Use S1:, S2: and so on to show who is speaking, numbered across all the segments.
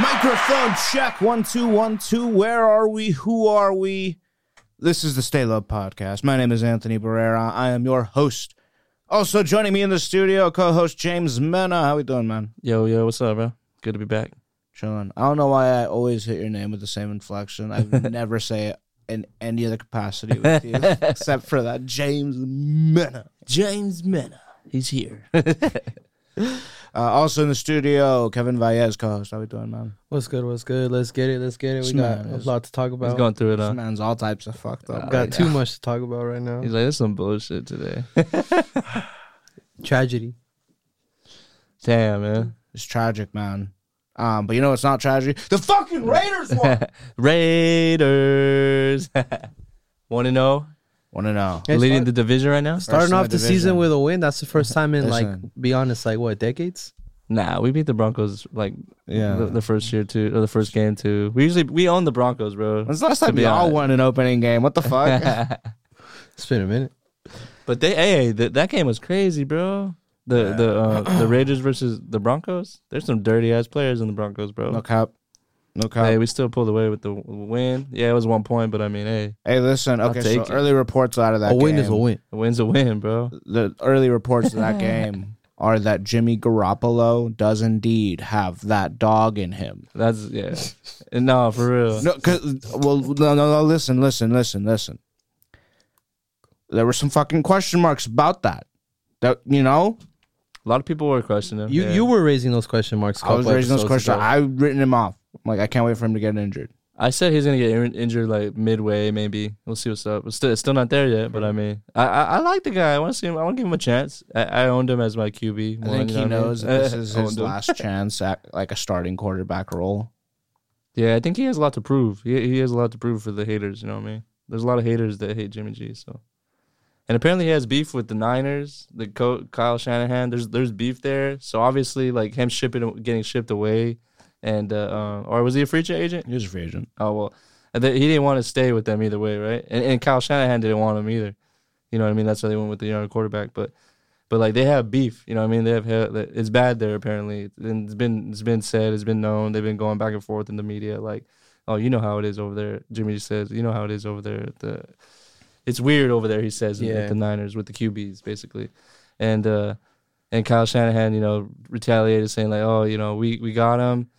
S1: Microphone check. One, two, one, two. Where are we? Who are we? This is the Stay Love Podcast. My name is Anthony Barrera. I am your host. Also joining me in the studio, co-host James Mena. How we doing, man?
S2: Yo, yo, what's up, bro? Good to be back.
S1: Chilling. I don't know why I always hit your name with the same inflection. I never say it in any other capacity with you except for that James Mena.
S2: James Mena, he's here.
S1: Uh, also in the studio, Kevin Valles, co-host. How we doing, man?
S3: What's good? What's good? Let's get it. Let's get it. We got
S1: man
S3: a
S1: is-
S3: lot to talk
S2: he's
S3: about.
S2: going through it.
S1: This
S2: Huh?
S1: man's all types of fucked up.
S3: Got
S1: right
S3: too
S1: now.
S3: much to talk about right now.
S2: He's like, "There's some bullshit today."
S3: Tragedy.
S2: Damn, man.
S1: It's tragic, man. Um, but you know it's not tragic. The fucking Raiders won.
S2: Raiders, one and zero,
S1: Want to know?
S3: Yeah,
S2: leading
S3: start-
S2: the division right now.
S3: Starting
S1: in
S3: off
S1: the
S3: the season
S1: division.
S3: with a win. That's the first time in like,
S1: Listen.
S3: be honest, like what decades?
S2: Nah, we beat the Broncos like
S1: Yeah.
S2: the, the first year too, or the first game too. We usually we own the Broncos, bro.
S1: When's the last
S2: To
S1: time
S2: be
S1: y'all
S2: honest.
S1: won an opening game? What the fuck?
S3: It's been a minute.
S2: But they, hey, th- that game was crazy, bro. The the uh, the Raiders versus the Broncos. There's some dirty ass players in the Broncos, bro.
S1: no cap. No cap.
S2: Hey,
S1: Hey,
S2: we still pulled away with the w- win. Yeah, it was one point, but I mean, hey,
S1: listen. Okay, so
S2: take it.
S1: early reports out of that
S3: a win
S1: game,
S3: is a win.
S2: a win's a win, bro.
S1: The early reports of that game are that Jimmy Garoppolo does indeed have that dog in him.
S2: That's yeah. And no, for real.
S1: No, 'cause- well, no, no, no. Listen, listen, listen, listen. There were some fucking question marks about that. That you know,
S2: A lot of people were questioning him.
S3: You
S2: yeah.
S3: you were raising those question marks. a
S1: I was
S3: couple
S1: raising those
S3: episodes
S1: questions.
S3: ago.
S1: I've written him off. I'm like, I can't wait for him to get injured.
S2: I said he's gonna get in- injured like midway, maybe. We'll see what's up. It's still, it's still not there yet, but
S1: Mm-hmm.
S2: I mean, I I, I like the guy. I want to see him. I want to give him a chance. I, I owned him as my QB.
S1: I
S2: one,
S1: think
S2: you
S1: he
S2: know
S1: knows
S2: what I mean?
S1: that this is his
S2: Owned him.
S1: last chance at like a starting quarterback role.
S2: Yeah, I think he has a lot to prove. He he has a lot to prove for the haters. You know what I mean? There's a lot of haters that hate Jimmy G. So, and apparently he has beef with the Niners, the co- Kyle Shanahan. There's there's beef there. So obviously, like him shipping, getting shipped away, and uh, um, or was he a free agent?
S1: He was a free agent.
S2: Oh well, and then he didn't want to stay with them either way, right? And and Kyle Shanahan didn't want him either. You know what I mean? That's why they went with the younger quarterback. But but like they have beef. You know what I mean? They have it's bad there apparently. And it's been it's been said, it's been known. They've been going back and forth in the media. Like, oh, you know how it is over there. Jimmy just says, you know how it is over there. at The it's weird over there. He says at
S3: Yeah.
S2: the Niners with the QBs basically, and uh and Kyle Shanahan, you know, retaliated saying like, oh, you know, we we got him.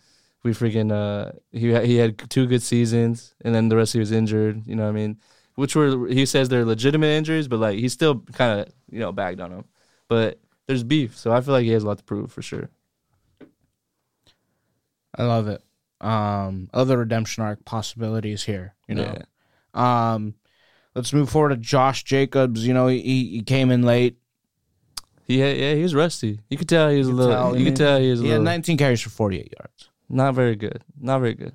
S2: We freaking uh, he ha- he had two good seasons, and then the rest he was injured. You know what I mean? Which were he says they're legitimate injuries, but like he still kind of you know bagged on him but there's beef, so I feel like he has a lot to prove for sure.
S1: I love it. Um, other redemption arc possibilities here. You know. Um, let's move forward to Josh Jacobs. You know, he, he came in late.
S2: he had, yeah, he was rusty. You could tell he was a
S1: could
S2: little.
S1: tell, I
S2: you
S1: mean,
S2: could tell he was a
S1: He had
S2: little
S1: 19 carries for 48 yards.
S2: not very good, not very good.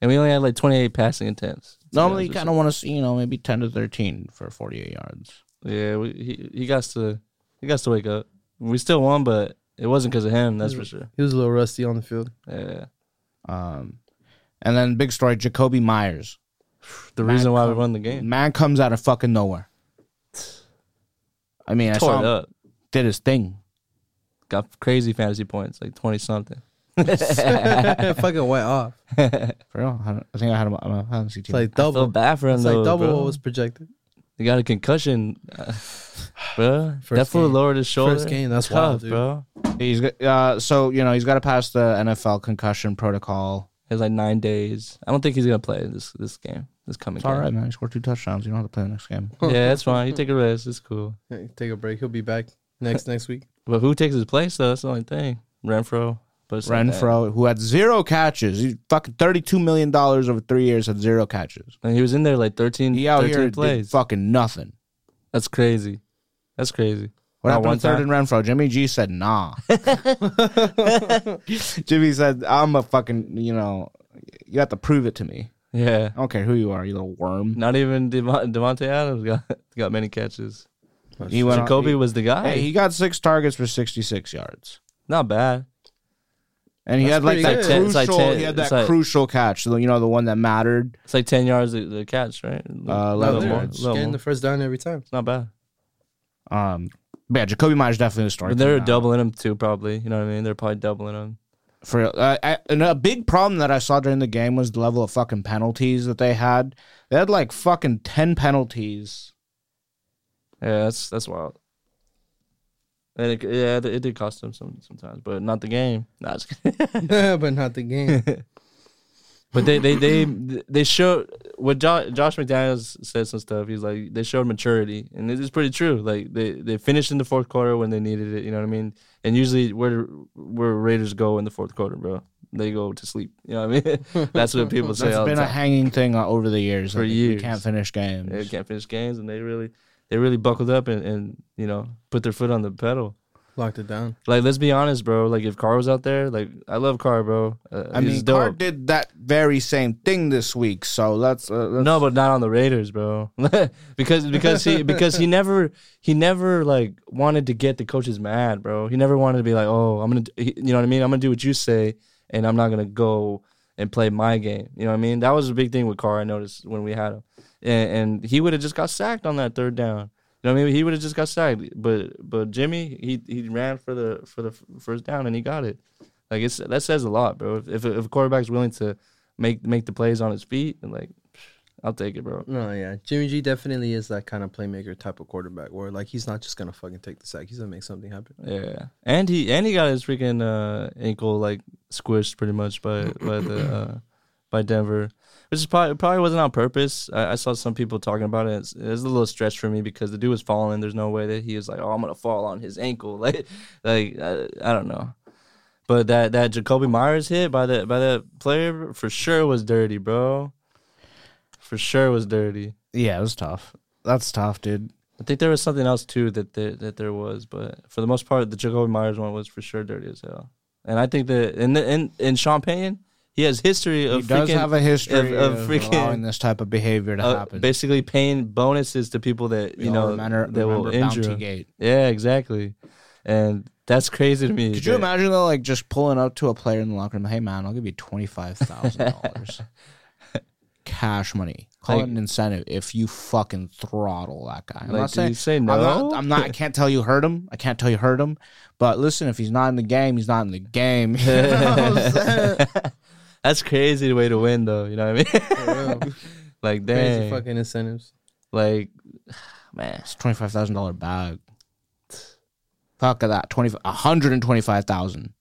S2: And we only had like 28 passing attempts. to be
S1: Normally, you
S2: honest
S1: kind of want to see, you know, maybe 10 to 13 for 48 yards.
S2: with you. yeah, we, he he got to he got to wake up. We still won, but it wasn't because of him.
S1: Mm.
S2: That's for sure.
S3: He was a little rusty on the field.
S2: Yeah,
S1: Um, and then big story, Jacoby Myers.
S2: the reason why we
S1: come-
S2: won the game.
S1: Man comes out of fucking nowhere. I mean, I
S2: Tore
S1: saw
S2: it
S1: him
S2: up.
S1: did his thing.
S2: Got crazy fantasy points, like 20 something.
S3: Fucking went off.
S1: For real, I, don't- I think I had him on my fantasy
S3: It's
S1: team.
S3: like
S2: I feel
S3: double.
S2: bad for him
S3: It's
S2: though.
S3: like double
S2: bro.
S3: what was projected.
S2: He got a concussion, bro.
S3: First
S2: That fool
S3: game.
S2: lowered his shoulder.
S3: game, that's
S2: Tough,
S3: wild, dude.
S2: bro.
S1: He's got- uh, so you know he's got to pass the NFL concussion protocol.
S2: has like nine days. I don't think he's gonna play this this game, this coming
S1: It's
S2: game.
S1: all right, man. He scored two touchdowns. You don't have to play the next game.
S2: Yeah, that's fine. You take a rest. It's cool.
S3: Hey, Take a break. He'll be back next next week.
S2: But who takes his place though? That's the only thing. Renfro. But it's not bad.
S1: Renfro, who had zero catches, he's fucking thirty-two million dollars over three years, had zero catches.
S2: And he was in there like 13,
S1: He out
S2: 13
S1: here did
S2: plays.
S1: fucking nothing.
S2: That's crazy. That's crazy.
S1: What
S2: Not
S1: happened
S2: one
S1: to third
S2: time?
S1: and Renfro? Jimmy G said, nah. Jimmy said, I'm a fucking, you know, you have to prove it to me.
S2: Yeah.
S1: I don't care who you are, you little worm.
S2: Not even Devon- Devontae Adams got got many catches.
S1: He went on-
S2: Jacoby was the guy.
S1: Hey, he got six targets for 66 yards.
S2: Not bad.
S1: And he had like
S3: pretty
S1: that
S2: good. It's
S1: crucial,
S2: like ten-
S1: he had
S2: it's
S1: that
S2: like-
S1: crucial catch, the- you know, the one that mattered.
S2: It's like ten yards the, the catch, right?
S1: Uh,
S2: A
S1: Love
S3: No,
S2: little
S1: him
S3: they're
S2: more,
S3: just
S2: little
S3: getting
S2: more.
S3: the first down every time.
S2: It's not bad.
S1: Um, but yeah, Jacoby Myers definitely the story.
S2: But they're
S1: coming out.
S2: doubling him too, probably. You know what I mean? They're probably doubling him.
S1: For real. I, I, and a big problem that I saw during the game was the level of fucking penalties that they had. They had like fucking ten penalties.
S2: Yeah, that's that's wild. And it, yeah, it, it did cost them some sometimes, but not the game. Nah, just kidding.
S3: but not the game.
S2: but they they they they showed what jo- Josh McDaniels said some stuff. He's like they showed maturity, and it is pretty true. Like they they finished in the fourth quarter when they needed it. You know what I mean? And usually where where Raiders go in the fourth quarter, bro, they go to sleep. You know what I mean? that's what people say.
S1: It's
S2: all the
S1: been a
S2: time.
S1: hanging thing uh, over the years.
S2: For
S1: like, you
S2: years.
S1: can't finish games.
S2: they can't finish games, and they really they really buckled up and, and you know put their foot on the pedal.
S3: Locked it down.
S2: Like, let's be honest, bro. Like, if Carr was out there, like, I love Carr, bro. Uh,
S1: I
S2: he's
S1: mean,
S2: dope.
S1: Carr did that very same thing this week. So let's, uh, let's
S2: no, but not on the Raiders, bro. because because he because he never he never like wanted to get the coaches mad, bro. He never wanted to be like, oh, I'm gonna, do, he- you know what I mean? I'm gonna do what you say, and I'm not gonna go and play my game. You know what I mean? That was a big thing with Carr. I noticed when we had him, and, and he would have just got sacked on that third down. You know what I mean? He would have just got sacked, but but Jimmy he he ran for the for the first down and he got it. Like it's that says a lot, bro. If if a, if a quarterback's willing to make make the plays on his feet, and like I'll take it, bro.
S3: No, yeah. Jimmy G definitely is that kind of playmaker type of quarterback where like he's not just gonna fucking take the sack. He's gonna make something happen.
S2: Yeah, and he and he got his freaking uh, ankle like squished pretty much by by the uh, by Denver, which is probably probably wasn't on purpose. I, I saw some people talking about it. It's, it's a little stretch for me because the dude was falling. There's no way that he was like, oh, I'm gonna fall on his ankle. Like, like I, I don't know. But that that Jacoby Myers hit by the by that player for sure was dirty, bro. For sure was dirty.
S1: yeah, it was tough. That's tough, dude.
S2: I think there was something else too that there, that there was, but for the most part, the Jacoby Myers one was for sure dirty as hell. And I think that and the, and and Sean Payton, he has history
S1: He
S2: of
S1: does
S2: freaking-
S1: have a history
S2: of-
S1: of,
S2: of freaking-
S1: allowing this type of behavior to
S2: uh,
S1: happen.
S2: basically paying bonuses to people that
S1: We
S2: you
S1: all
S2: know
S1: remember-
S2: that will
S1: remember Bounty
S2: injure. him.
S1: Gate.
S2: Yeah, exactly. And that's crazy to me.
S1: Could you
S2: that-
S1: imagine though, like just pulling up to a player in the locker room? Hey man, I'll give you twenty five thousand dollars, cash money. Call
S2: Like-
S1: it an incentive if you fucking throttle that guy. I'm
S2: Like,
S1: not
S2: did
S1: saying
S2: he say
S1: I'm
S2: no?
S1: not. I'm not. I can't tell you hurt him. I can't tell you hurt him. But listen, if he's not in the game, he's not in the game. You know what I'm saying?
S2: that's crazy way to win though. You know what I mean?
S3: For real.
S2: like
S3: Crazy
S2: dang,
S3: fucking incentives.
S2: like man,
S1: it's twenty five thousand dollar bag. Fuck that. Twenty one hundred and twenty five thousand.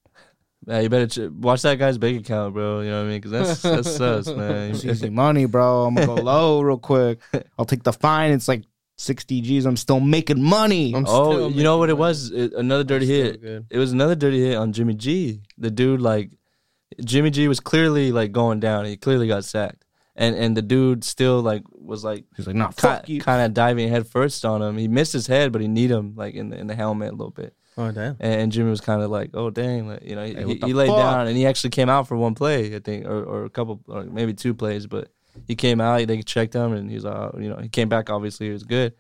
S2: man, you better ch- watch that guy's bank account, bro. You know what I mean? Because that's that's sus, man.
S1: It's easy money, bro. I'm gonna go low real quick. I'll take the fine. It's like sixty G's. I'm still making money.
S3: I'm
S2: Oh,
S3: still
S2: you know
S3: making
S2: what it
S3: money.
S2: was? It, another dirty
S3: still
S2: hit.
S3: good.
S2: It was another dirty hit on Jimmy G. The dude like Jimmy G was clearly like going down. He clearly got sacked. And and the dude still like was like
S1: He's like, nah, fuck
S2: ki-
S1: you.
S2: kind of diving head first on him. He missed his head, but he kneed him like in the, in the helmet a little bit.
S3: Oh damn.
S2: And, and Jimmy was kind of like, "Oh dang," like, you know. He,
S1: Hey,
S2: he,
S1: what the
S2: he laid
S1: fuck?
S2: down and he actually came out for one play, I think, or, or a couple, or maybe two plays. But he came out. They checked him, and he was, uh, you know, he came back. Obviously, he was good.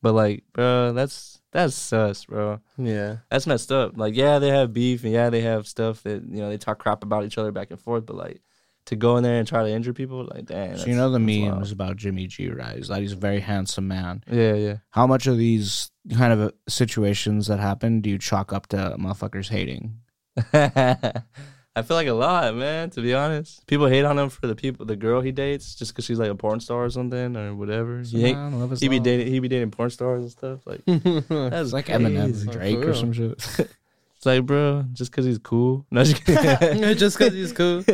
S2: But like, bro, that's that's sus, bro.
S3: Yeah.
S2: That's messed up. Like, yeah, they have beef, and yeah, they have stuff that you know they talk crap about each other back and forth. But like, to go in there and try to injure people, like, dang.
S1: So you know the
S2: that's wild.
S1: memes about Jimmy G, right? Is that he's a very handsome man.
S2: Yeah, yeah.
S1: How much of these kind of uh, situations that happen do you chalk up to motherfuckers hating?
S2: I feel like a lot, man. To be honest, people hate on him for the people, the girl he dates, just because she's like a porn star or something or whatever. He, ain't-
S1: Man, love is
S2: he be
S1: love.
S2: dating, he be dating porn stars and stuff. Like that's
S1: It's like
S2: crazy.
S1: Eminem or Drake
S3: for
S1: or
S3: real.
S1: some shit.
S2: It's like, bro, just because he's cool, No, just kidding.
S3: just because he's cool.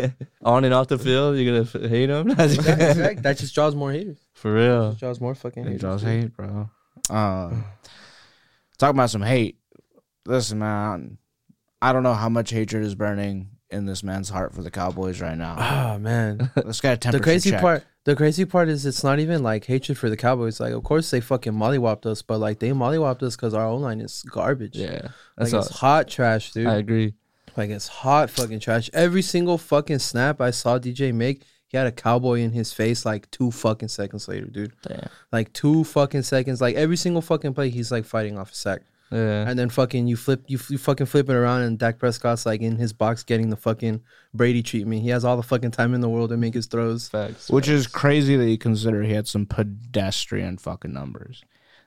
S2: on and off the field, you're gonna f- hate him.
S3: That, exact- that just draws more haters.
S2: for real.
S3: Just draws more fucking
S1: It
S3: haters.
S1: draws hate, bro. Um, talk about some hate. Listen, man, I don't know how much hatred is burning in this man's heart for the Cowboys right now.
S3: Oh man.
S1: Let's get a temperature
S3: the crazy
S1: check.
S3: part the crazy part is it's not even like hatred for the cowboys like of course they fucking mollywopped us but like they mollywopped us because our own line is garbage
S2: Yeah,
S3: like
S2: that's
S3: it's hot trash dude
S2: all. I agree.
S3: like it's hot fucking trash every single fucking snap i saw dj make he had a cowboy in his face like two fucking seconds later dude
S2: Damn.
S3: like two fucking seconds like every single fucking play he's like fighting off a sack
S2: Yeah.
S3: and then fucking you flip you, you fucking flip it around and Dak Prescott's like in his box getting the fucking Brady treatment. He has all the fucking time in the world to make his throws.
S2: Facts.
S1: Which is crazy that you consider he had some pedestrian fucking numbers.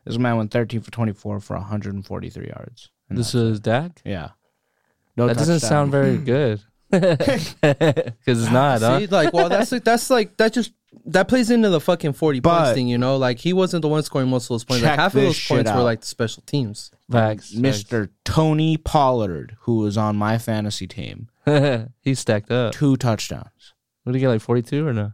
S1: This man went 13 for 24 for 143 yards. And
S2: This
S1: that-
S2: is Dak.
S1: yeah. No
S2: that doesn't
S1: touchdown.
S2: sound very good. Because it's not, huh?
S3: See, like, well, that's like, that's like that just that plays into the fucking forty
S1: But-
S3: points thing, you know. Like, he wasn't the one scoring most of those points. Like,
S1: Check
S3: half of
S1: this
S3: those
S1: shit
S3: points
S1: out.
S3: were like the special teams.
S2: Facts.
S1: Mr. Tony Pollard, who was on my fantasy team,
S2: facts. He's stacked up.
S1: two touchdowns
S2: What did he get, like 42 or no?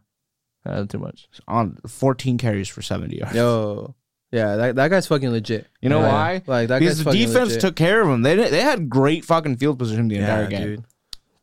S2: Uh, too much.
S1: on 14 carries for 70 yards.
S3: Yo, yeah, that, that guy's fucking legit.
S1: You know
S2: Yeah.
S1: why?
S3: Like, that
S1: because
S3: guy's
S1: the
S3: fucking
S1: defense
S3: legit.
S1: took care of them. They didn't- they had great fucking field position the entire game.
S3: Dude.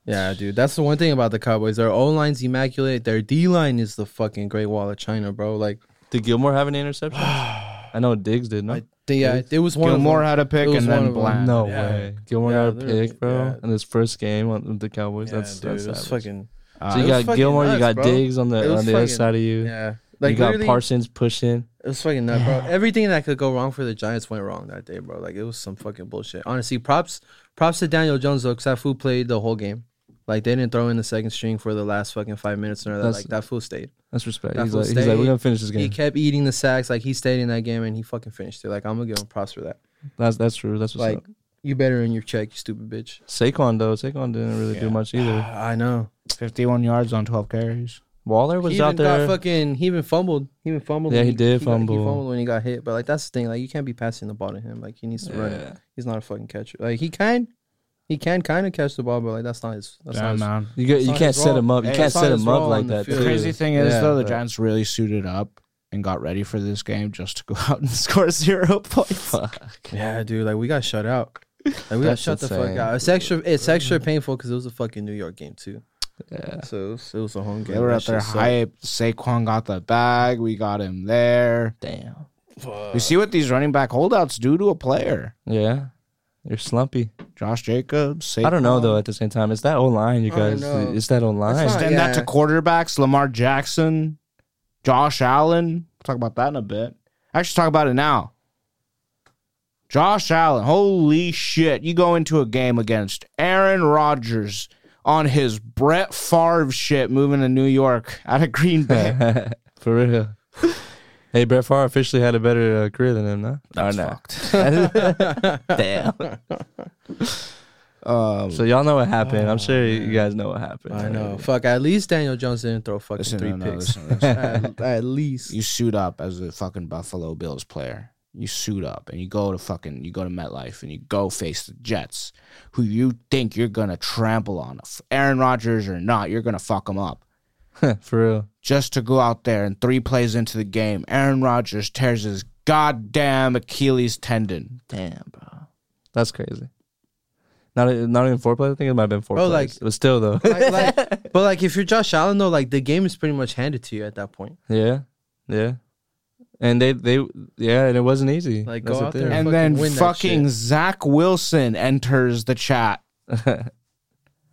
S3: Yeah, dude. That's the one thing about the Cowboys. Their O line's immaculate. Their D line is the fucking Great Wall of China, bro. Like,
S2: Did Gilmore have an interception? I know Diggs did, no?
S3: I, yeah, uh, it was one.
S1: Gilmore
S3: of
S1: had a pick
S3: It was
S1: and
S3: one
S1: then
S3: of them.
S1: Bland.
S2: no
S3: Yeah.
S2: way. Gilmore
S3: Yeah,
S2: got a
S3: they're-
S2: pick, bro,
S3: yeah.
S2: in his first game on with the Cowboys.
S3: them.
S2: that's
S3: yeah, dude,
S2: that's
S3: it was
S2: savage.
S3: fucking.
S1: Uh,
S2: So you
S3: it was
S2: got
S3: fucking
S2: Gilmore, you
S3: nuts,
S2: got
S3: bro.
S2: Diggs on
S3: It
S2: the
S3: was
S2: on the other
S3: fucking-
S2: side of you.
S3: Yeah,
S2: Like
S3: like
S2: you got
S3: literally,
S2: Parsons pushing.
S3: it was fucking nuts, bro. Everything that could go wrong for the Giants went wrong that day, bro. Like it was some fucking bullshit. Honestly, props, props to Daniel Jones though, because that fool played the whole game. Like they didn't throw in the second string for the last fucking five minutes or that.
S2: That's-
S3: Like that fool stayed.
S2: That's respect.
S3: That
S2: he's
S3: fool
S2: like, he's like,
S3: stayed.
S2: we're gonna finish this
S3: He
S2: game.
S3: kept eating the sacks. Like he stayed in that game and he fucking finished it. Like I'm gonna give him props for that.
S2: That's that's true. That's what's
S3: like
S2: up.
S3: you better in your check, you stupid bitch. Ah,
S2: Saquon though, Saquon didn't really do
S1: Yeah.
S2: much either.
S3: I know.
S1: 51 yards on 12 carries.
S2: Waller
S3: He
S2: was
S3: even
S2: out
S3: got
S2: there.
S3: fucking. He even fumbled. He even fumbled.
S2: Yeah,
S3: when
S2: he did
S3: got-
S2: fumble.
S3: he fumbled when he got hit. But like that's the thing. Like you can't be passing the ball to him. Like he needs to run it. He's not a fucking catcher. Like he can, he can kind of catch the ball, but like that's not his. That's
S1: Damn,
S3: not
S1: man.
S2: You, got, you
S3: Saw
S2: can't
S3: his
S2: set
S3: role.
S2: him up. You
S1: Hey,
S2: can't
S3: saw
S2: set
S3: his
S2: him up
S3: role
S2: like
S3: on the
S2: that.
S1: The
S3: field.
S2: too.
S1: crazy thing is,
S2: Yeah,
S1: though, the
S2: but-
S1: Giants really suited up and got ready for this game just to go out and score zero points.
S2: Fuck.
S3: his. Yeah, dude. Like we got shut out. Like we got
S2: That's
S3: shut the fuck
S2: insane.
S3: out. It's extra. It's extra painful because it was a fucking New York game too.
S2: Yeah.
S3: So it was, it was a home game.
S1: They were
S3: That
S1: out there
S3: shit sucked.
S1: hype. Saquon got the bag. We got him there.
S2: Damn.
S1: You see what these running back holdouts do to a player.
S2: Yeah. You're slumpy.
S1: Josh Jacobs. Saquon.
S2: I don't know though. At the same time, it's that O line, you
S3: I
S2: guys.
S3: know.
S2: It's that O line.
S3: It's not-
S1: Extend that to
S3: Yeah.
S1: quarterbacks. Lamar Jackson, Josh Allen. We'll talk about that in a bit. Actually, talk about it now. Josh Allen. Holy shit! You go into a game against Aaron Rodgers on his Brett Favre shit, moving to New York out of Green Bay.
S2: For real. hey, Brett Favre officially had a better uh, career than him, no?
S1: That's
S2: Or no?
S1: fucked.
S2: Damn.
S1: Um,
S2: So y'all know what happened. I'm sure you guys know what happened.
S3: Oh, I know. Fuck. At least Daniel Jones didn't throw fucking
S1: listen,
S3: three
S1: no, no,
S3: picks.
S1: listen, listen.
S3: at, at least.
S1: you suit up as a fucking Buffalo Bills player. You suit up and you go to fucking you go to MetLife and you go face the Jets, who you think you're gonna trample on. If Aaron Rodgers or not, you're gonna fuck them up.
S2: For real.
S1: Just to go out there and three plays into the game, Aaron Rodgers tears his goddamn Achilles tendon.
S2: Damn, bro. That's crazy. Not not even four plays. I think it might have been four
S3: Bro,
S2: plays.
S3: Oh, like-
S2: but still though.
S3: Like- like- but like, if you're Josh Allen though, like the game is pretty much handed to you at that point.
S2: yeah. Yeah. And they they yeah, and it wasn't easy.
S3: Like,
S2: That's
S3: go
S2: the
S3: out
S2: thing.
S3: there
S1: And
S3: Fucking
S1: then
S3: win that
S1: fucking Zach Wilson enters the chat.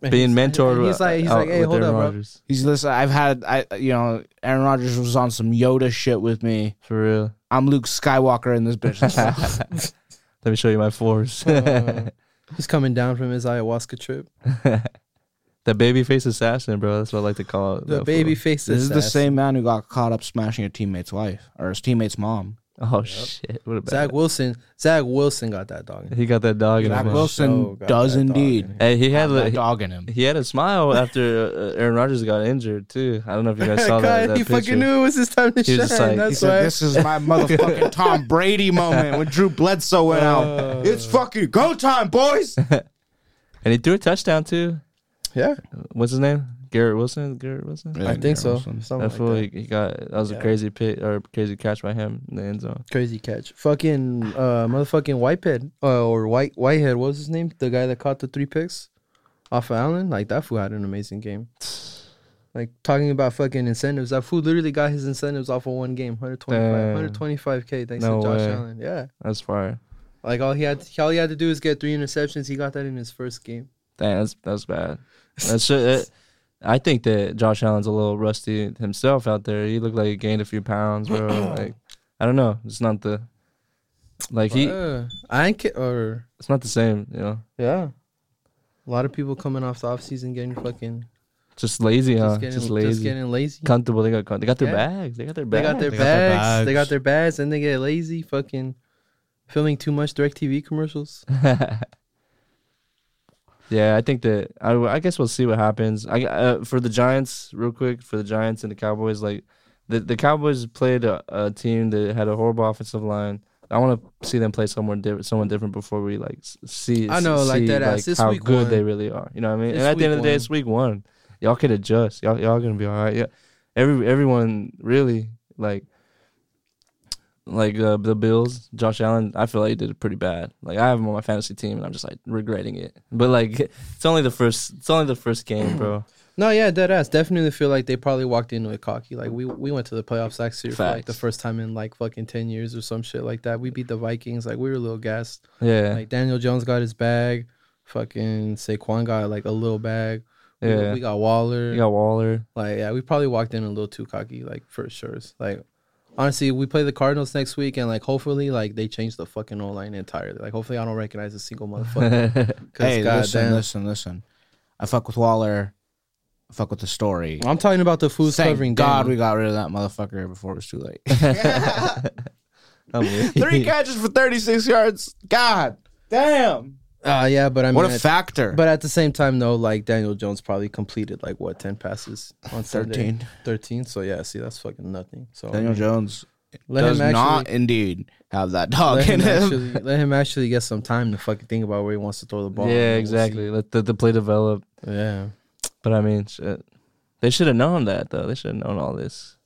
S3: And
S2: being
S3: he's-
S2: mentored.
S3: and He's like, he's
S2: out
S3: like, hey,
S2: with
S3: hold
S2: Aaron
S3: up, bro.
S2: Rodgers.
S1: He's listen. I've had I you know Aaron Rodgers was on some Yoda shit with me.
S2: For real.
S1: I'm Luke Skywalker in this bitch.
S2: Let me show you my force.
S3: Uh, He's coming down from his ayahuasca trip.
S2: The baby face assassin, bro. That's what I like to call it.
S3: The
S2: that
S3: baby
S2: fool.
S3: face.
S1: This is the
S3: assassin.
S1: same man who got caught up smashing a teammate's wife or his teammate's mom.
S2: Oh shit! What a bad.
S3: Zach Wilson. Zach Wilson got that dog.
S2: He got that dog in his
S1: Zach
S2: mouth.
S1: Wilson
S3: So got
S1: does
S3: Oh, that dog
S1: indeed
S3: in him.
S2: Hey, he had
S1: have
S2: a,
S1: that
S2: he,
S1: dog in him.
S2: he had a smile after uh, Aaron Rodgers got injured too. I don't know if you guys saw that.
S3: God,
S2: that
S3: he
S2: picture.
S3: fucking knew it was his time to
S2: He was just
S3: shine.
S2: like-
S1: He
S3: That's why.
S1: said, "This is my motherfucking Tom Brady moment when Drew Bledsoe went
S3: Uh.
S1: out. It's fucking go time, boys."
S2: and he threw a touchdown too.
S3: yeah,
S2: What's his name? Garrett Wilson. Garrett Wilson.
S3: I think so. Something
S2: That's what
S3: like that.
S2: he, he got. That was a
S3: Oh Yeah.
S2: crazy pick or crazy catch by him in the end zone.
S3: Crazy catch. Fucking uh, motherfucking Whitehead uh, or White Whitehead. What was his name? The guy that caught the three picks off of Allen. Like that fool had an amazing game. Like talking about fucking incentives, that fool literally got his incentives off of one game, 125,
S2: Damn.
S3: 125 k thanks
S2: No
S3: to Josh
S2: way.
S3: Allen. Yeah,
S2: That's fire.
S3: like all he had, all he had to do is get three interceptions. He got that in his first game.
S2: Damn, that's that's bad. That's it. I think that Josh Allen's a little rusty himself out there. He looked like he gained a few pounds, bro. like I don't know. It's not the like he.
S3: Uh, I ain't ki- or
S2: It's not the same, you know.
S3: yeah. A lot of people coming off the offseason getting fucking
S2: Just lazy, huh?
S3: just
S2: Just,
S3: getting just,
S2: lazy.
S3: getting lazy.
S2: Comfortable. They got com- they got their
S3: Yeah.
S2: bags. They got their
S3: They
S2: bags.
S3: got their
S1: They got their
S3: bags, They
S1: bags.
S3: got their bags, and they get lazy. Fucking filming too much Directv commercials.
S2: Yeah, I think that I, I guess we'll see what happens. I uh, for the Giants real quick for the Giants and the Cowboys like the the Cowboys played a, a team that had a horrible offensive line. I want to see them play someone different, someone different before we like s- see.
S3: I know,
S2: see,
S3: like that ass. It's
S2: how
S3: week
S2: good
S3: one.
S2: they really are. You know what I mean?
S3: It's
S2: and at the end
S3: week
S2: of the day,
S3: one.
S2: it's week one. Y'all could adjust. Y'all y'all gonna be all right. Yeah, every everyone really like like uh, the Bills. Josh Allen, I feel like he did pretty bad. Like I have him on my fantasy team, and I'm just like regretting it. But like it's only the first. It's only the first game, bro.
S3: No, yeah, dead ass. Definitely feel like they probably walked into it cocky. Like we we went to the playoffs last year for like
S2: Facts.
S3: the first time in like fucking ten years or some shit like that. We beat the Vikings. Like we were a little gassed.
S2: Yeah,
S3: Like Daniel Jones got his bag. Fucking Saquon got like a little bag. We-
S2: yeah.
S3: We, got Waller.
S2: you got Waller.
S3: Like yeah, we probably walked in a little too cocky. Like for sure. Like honestly, we play the Cardinals next week and like hopefully like they change the fucking O line entirely. Like hopefully I don't recognize a single motherfucker. Cause
S1: Hey, listen,
S3: goddamn-
S1: listen, listen. I fuck with Waller. I fuck with the story.
S3: I'm talking about the food's
S1: Thank
S3: covering.
S1: God
S3: Daniel.
S1: we got rid of that motherfucker before it was too late.
S2: I'm with you.
S1: Three catches for 36 yards. God damn.
S3: Uh, yeah, but I mean,
S1: What
S3: I-
S1: a factor.
S3: But at the same time, though, like Daniel Jones probably completed like what ten passes on Sunday?
S1: 13.
S3: thirteen. So yeah, see, that's fucking nothing. So
S1: Oh, Daniel
S3: I mean,
S1: Jones
S3: let
S1: does
S3: him actually,
S1: not indeed have that dog
S3: let,
S1: in
S3: him
S1: him.
S3: actually let him actually get some time to fucking think about where he wants to throw the ball. and
S2: yeah,
S3: we'll
S2: exactly. Let the, the play develop.
S3: see. Yeah,
S2: But I mean, shit. They should have known that though. They should have known all this.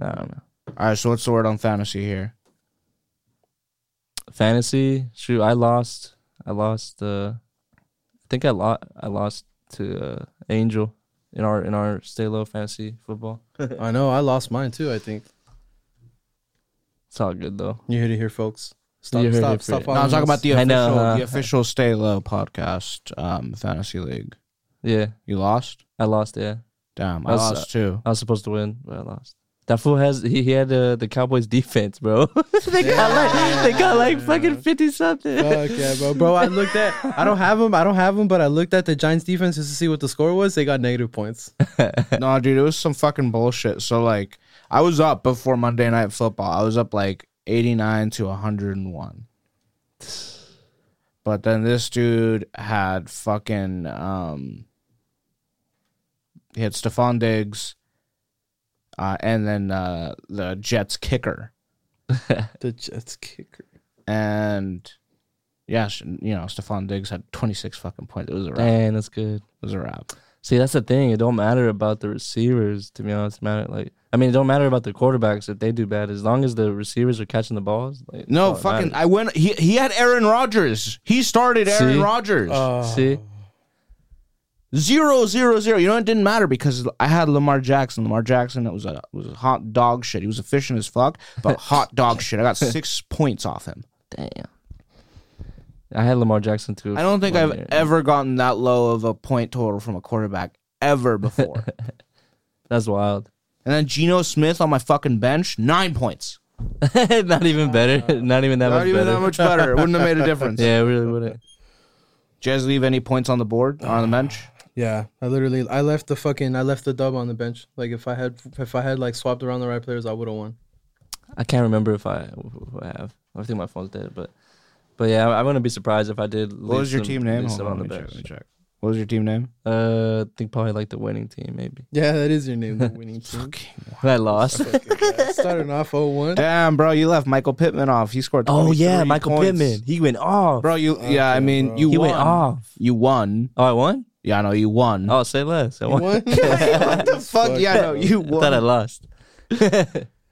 S2: I don't know.
S1: All right, so what's the word on fantasy here?
S2: Fantasy. Shoot, I lost. I lost. Uh, I think I lost. I lost to uh, Angel in our in our stay low fantasy football.
S3: I know. I lost mine too. I think
S2: It's all good though.
S3: you heard it here, folks. Stop,
S2: You heard
S3: stop,
S2: it
S3: stop.
S2: first.
S1: No, I'm talking about the
S2: I
S1: official,
S2: know, uh, huh?
S1: the official Stay Low podcast um, fantasy league.
S2: Yeah,
S1: You lost?
S2: I lost. Yeah,
S1: Damn, I
S2: That's, uh,
S1: lost too.
S2: I was supposed to win, but I lost. That fool has he, he had uh, the Cowboys defense, bro. they got like they got like fucking fifty something.
S3: Fuck yeah, bro. Bro, I looked at. I don't have him. I don't have him. But I looked at the Giants defense just to see what the score was. They got negative points.
S1: no, dude, it was some fucking bullshit. So like, I was up before Monday Night Football. I was up like eighty nine to one hundred and one. But then this dude had fucking um, he had Stephon Diggs, uh, and then uh, the Jets kicker,
S3: The Jets kicker.
S1: and yeah, sh- you know Stephon Diggs had twenty six fucking points. It was a wrap. It
S2: Dang, that's good.
S1: was a wrap.
S2: See, that's the thing. It don't matter about the receivers, to be honest. Matter like, I mean, it don't matter about the quarterbacks if they do bad. As long as the receivers are catching the balls, like,
S1: No,
S2: that's all that
S1: fucking. I went. He he had Aaron Rodgers. He started Aaron
S2: See?
S1: Rodgers.
S3: Oh, Uh,
S2: matters.
S1: Oh.
S2: see,
S1: Zero zero zero. You know it didn't matter because I had Lamar Jackson. Lamar Jackson it was a was a hot dog shit. He was efficient as fuck, but hot dog shit. I got six points off him.
S2: damn. I had Lamar Jackson too.
S1: I don't think
S2: one
S1: I've
S2: year.
S1: ever gotten that low of a point total from a quarterback ever before. and
S2: That's wild.
S1: then Geno Smith on my fucking bench, nine points.
S2: Not even better. Not even that
S1: Not
S2: much
S1: even
S2: better.
S1: that much better. It wouldn't have made a difference.
S2: Yeah, it really wouldn't.
S1: Did you guys leave any points on the board or on the bench?
S3: Yeah, I literally I left the fucking I left the dub on the bench. Like if I had if I had like swapped around the right players, I would have won.
S2: I can't remember if I who I have. I think my phone's dead, but but yeah, I, I wouldn't be surprised if I did.
S1: What was your team name? Hold
S2: Some
S1: on,
S2: on the
S1: let me check, let me
S2: bench.
S1: check. What was your team name?
S2: Uh, I think probably like the winning team, maybe.
S3: Yeah, that is your name, the winning team.
S2: But I lost.
S3: Starting off 0-1.
S1: Damn, bro, you left Michael Pittman off. He scored.
S2: Oh yeah,
S1: 23
S2: Michael
S1: points.
S2: Pittman. He went off.
S1: Bro, you yeah, I mean
S3: bro.
S1: you
S2: he
S1: won.
S2: went off.
S1: You won.
S2: Oh, I won.
S1: Yeah, I know you won.
S2: Oh, say less. I won.
S1: what
S3: What?
S1: the fuck?
S3: Fuck.
S1: Yeah, I know you
S2: I thought I
S1: won.
S2: lost.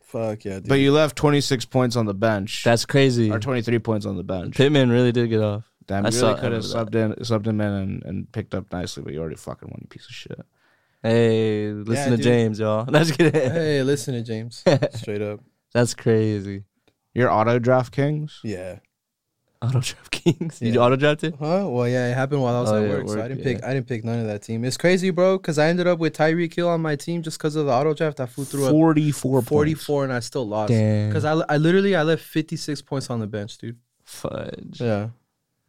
S3: Fuck yeah, dude.
S1: But you left 26 points on the bench.
S2: That's crazy.
S1: or 23 points on the bench.
S2: Pittman really did get off.
S1: Damn,
S2: I
S1: you really
S2: saw-
S1: could
S2: I
S1: have
S2: remember
S1: subbed in, subbed him in and, and picked up nicely, but you already fucking won, you piece of shit.
S2: Hey, listen to
S3: dude.
S2: James, y'all. That's good.
S3: hey, listen to James. Straight up.
S2: That's crazy.
S1: Your auto draft kings?
S3: Yeah.
S2: Auto draft Kings. You
S3: Yeah.
S2: auto drafted?
S3: Huh? Well, yeah, it happened while I was
S2: Oh,
S3: at
S2: yeah,
S3: work, so
S2: work,
S3: I didn't
S2: yeah.
S3: pick I didn't pick none of that team. It's crazy, bro, cuz I ended up with Tyreek Hill on my team just cuz of the auto draft. I flew through a
S1: 44 points.
S3: 44 and I still lost.
S2: Damn.
S3: Cuz I, I literally I left 56 points on the bench, dude.
S2: Fudge.
S3: Yeah.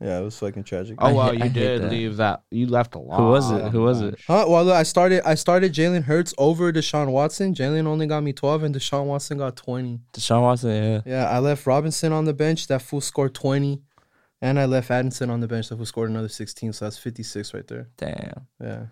S3: Yeah, it was fucking tragic.
S1: Oh, wow,
S2: I
S1: you
S2: hate
S1: did
S2: that.
S1: leave that. You left a lot.
S2: Who was it?
S1: on
S2: Who
S1: the
S2: was
S1: bench.
S2: it?
S3: Huh? Well, look, I started. I started Jalen Hurts over Deshaun Watson. Jalen only got me twelve, and Deshaun Watson got twenty.
S2: Deshaun Watson. Yeah.
S3: Yeah, I left Robinson on the bench. That fool scored twenty, And I left Addison on the bench, so who scored another 16, so that's 56 right there.
S2: Damn.
S3: Yeah.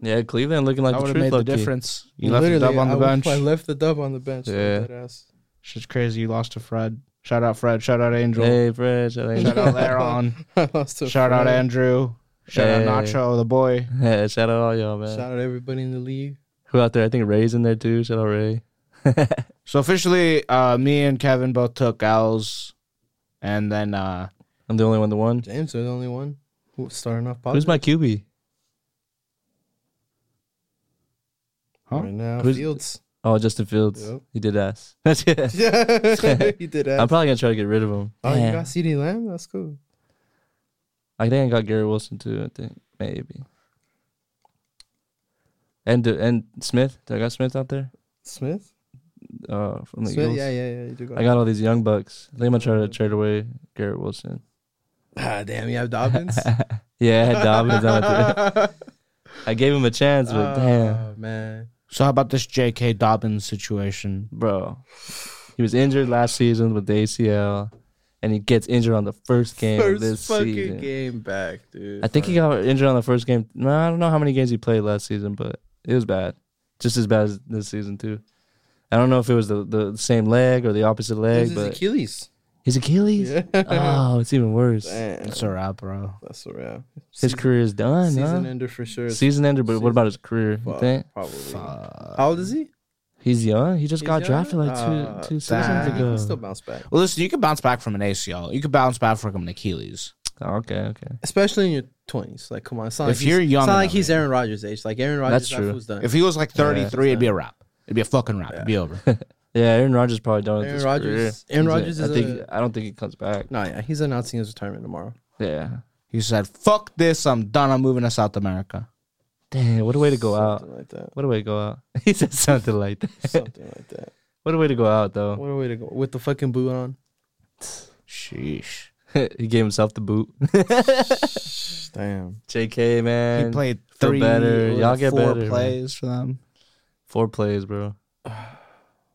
S2: Yeah, Cleveland looking like
S1: that
S2: the
S1: would have
S2: truth.
S1: made the
S2: low-key.
S1: difference. You left the dub on the
S3: I,
S1: bench.
S3: I left the dub on the bench.
S2: Yeah.
S3: Yeah. Ass.
S1: Shit's crazy. You lost to Fred. Shout out Fred. Shout out Angel.
S2: Hey, Fred. shout out-
S1: Shout out Laron.
S3: I lost to
S1: Shout out
S3: Fred.
S1: Andrew. Shout out
S2: Hey.
S1: Nacho, the boy.
S2: Yeah, shout out all y'all, man.
S3: Shout out everybody in the league.
S2: Who out there? I think Ray's in there too. Shout out Ray.
S1: So officially, uh, me and Kevin both took L's, and then uh,
S2: I'm the only one. The one.
S3: James was the only one who starting off
S2: Who's
S3: positive.
S2: my QB?
S1: Huh?
S3: right now?
S2: Who's-
S3: Fields.
S2: Oh, Justin Fields.
S3: Yep.
S2: He did ass. That's it.
S3: Yeah, he did
S2: I'm
S3: that.
S2: probably gonna try to get rid of him.
S3: Oh, you
S2: Damn.
S3: got CD Lamb? That's cool.
S2: I think I got Gary Wilson too. I think maybe. And and Smith. Did I got Smith out there?
S3: Smith?
S2: Uh, from the
S3: Smith?
S2: Eagles.
S3: Yeah, yeah, yeah. You do go.
S2: I got all these young bucks. I think I'm gonna try to trade away Garrett Wilson.
S3: Ah, damn, you have Dobbins?
S2: Yeah, I had Dobbins out there. I gave him a chance, but damn,
S3: Oh, man.
S1: so how about this J.K. Dobbins situation?
S2: bro, he was injured last season with the ACL, and he gets injured on the first game of this
S3: First fucking
S2: season.
S3: game back, dude.
S2: I think he got injured on the first game. No, I don't know how many games he played last season, but it was bad, just as bad as this season too. I don't know if it was the, the same leg or the opposite
S3: This
S2: leg,
S3: is
S2: but
S3: Achilles.
S2: his Achilles. Oh, it's even worse.
S3: Damn,
S1: It's a wrap, bro.
S3: that's a wrap.
S2: His
S3: Season-
S2: career is done. huh?
S3: season ender for sure.
S2: season ender, but what about his career? You
S3: Fuck,
S2: think
S3: probably.
S1: Fuck.
S3: How old is he?
S2: he's young? He just
S3: He's
S2: got
S3: young?
S2: drafted like two
S3: Uh,
S1: damn.
S2: two seasons
S3: He
S2: ago.
S3: can still bounce back,
S1: Well, listen, you can bounce back from an ACL. You can bounce back from an Achilles.
S2: Oh, okay, okay.
S3: especially in your twenties. Like, come on, it's not
S1: If
S3: like he's-
S1: you're young
S3: it's not like
S1: enough,
S3: he's Aaron Rodgers' age. Like Aaron Rodgers,
S2: That's
S3: that
S2: true.
S3: fool's done.
S1: If he was like 33,
S2: Yeah.
S1: it'd be a wrap. It'd be a fucking wrap. It'd be over.
S2: Yeah, Aaron Rodgers probably done with
S3: Aaron
S2: his
S3: Rodgers-
S2: career.
S3: Aaron
S2: He's a-
S3: Rodgers
S2: I
S3: is
S2: think
S3: a-
S2: I don't think he comes back.
S3: no, yeah, he's announcing his retirement tomorrow.
S2: Yeah.
S1: he said, "Fuck this. I'm done. I'm moving to South America."
S2: Damn, what a way to go out.
S3: Something like that.
S2: What a way to go out. he said something like that.
S3: Something like that.
S2: What a way to go out though.
S3: What a way to go with the fucking boot on.
S1: Sheesh.
S2: he gave himself the boot.
S3: Damn.
S2: JK man.
S1: he played
S2: feel
S1: three, or
S2: better. Y'all get
S1: four
S2: better, man.
S1: plays for them.
S2: four plays, bro.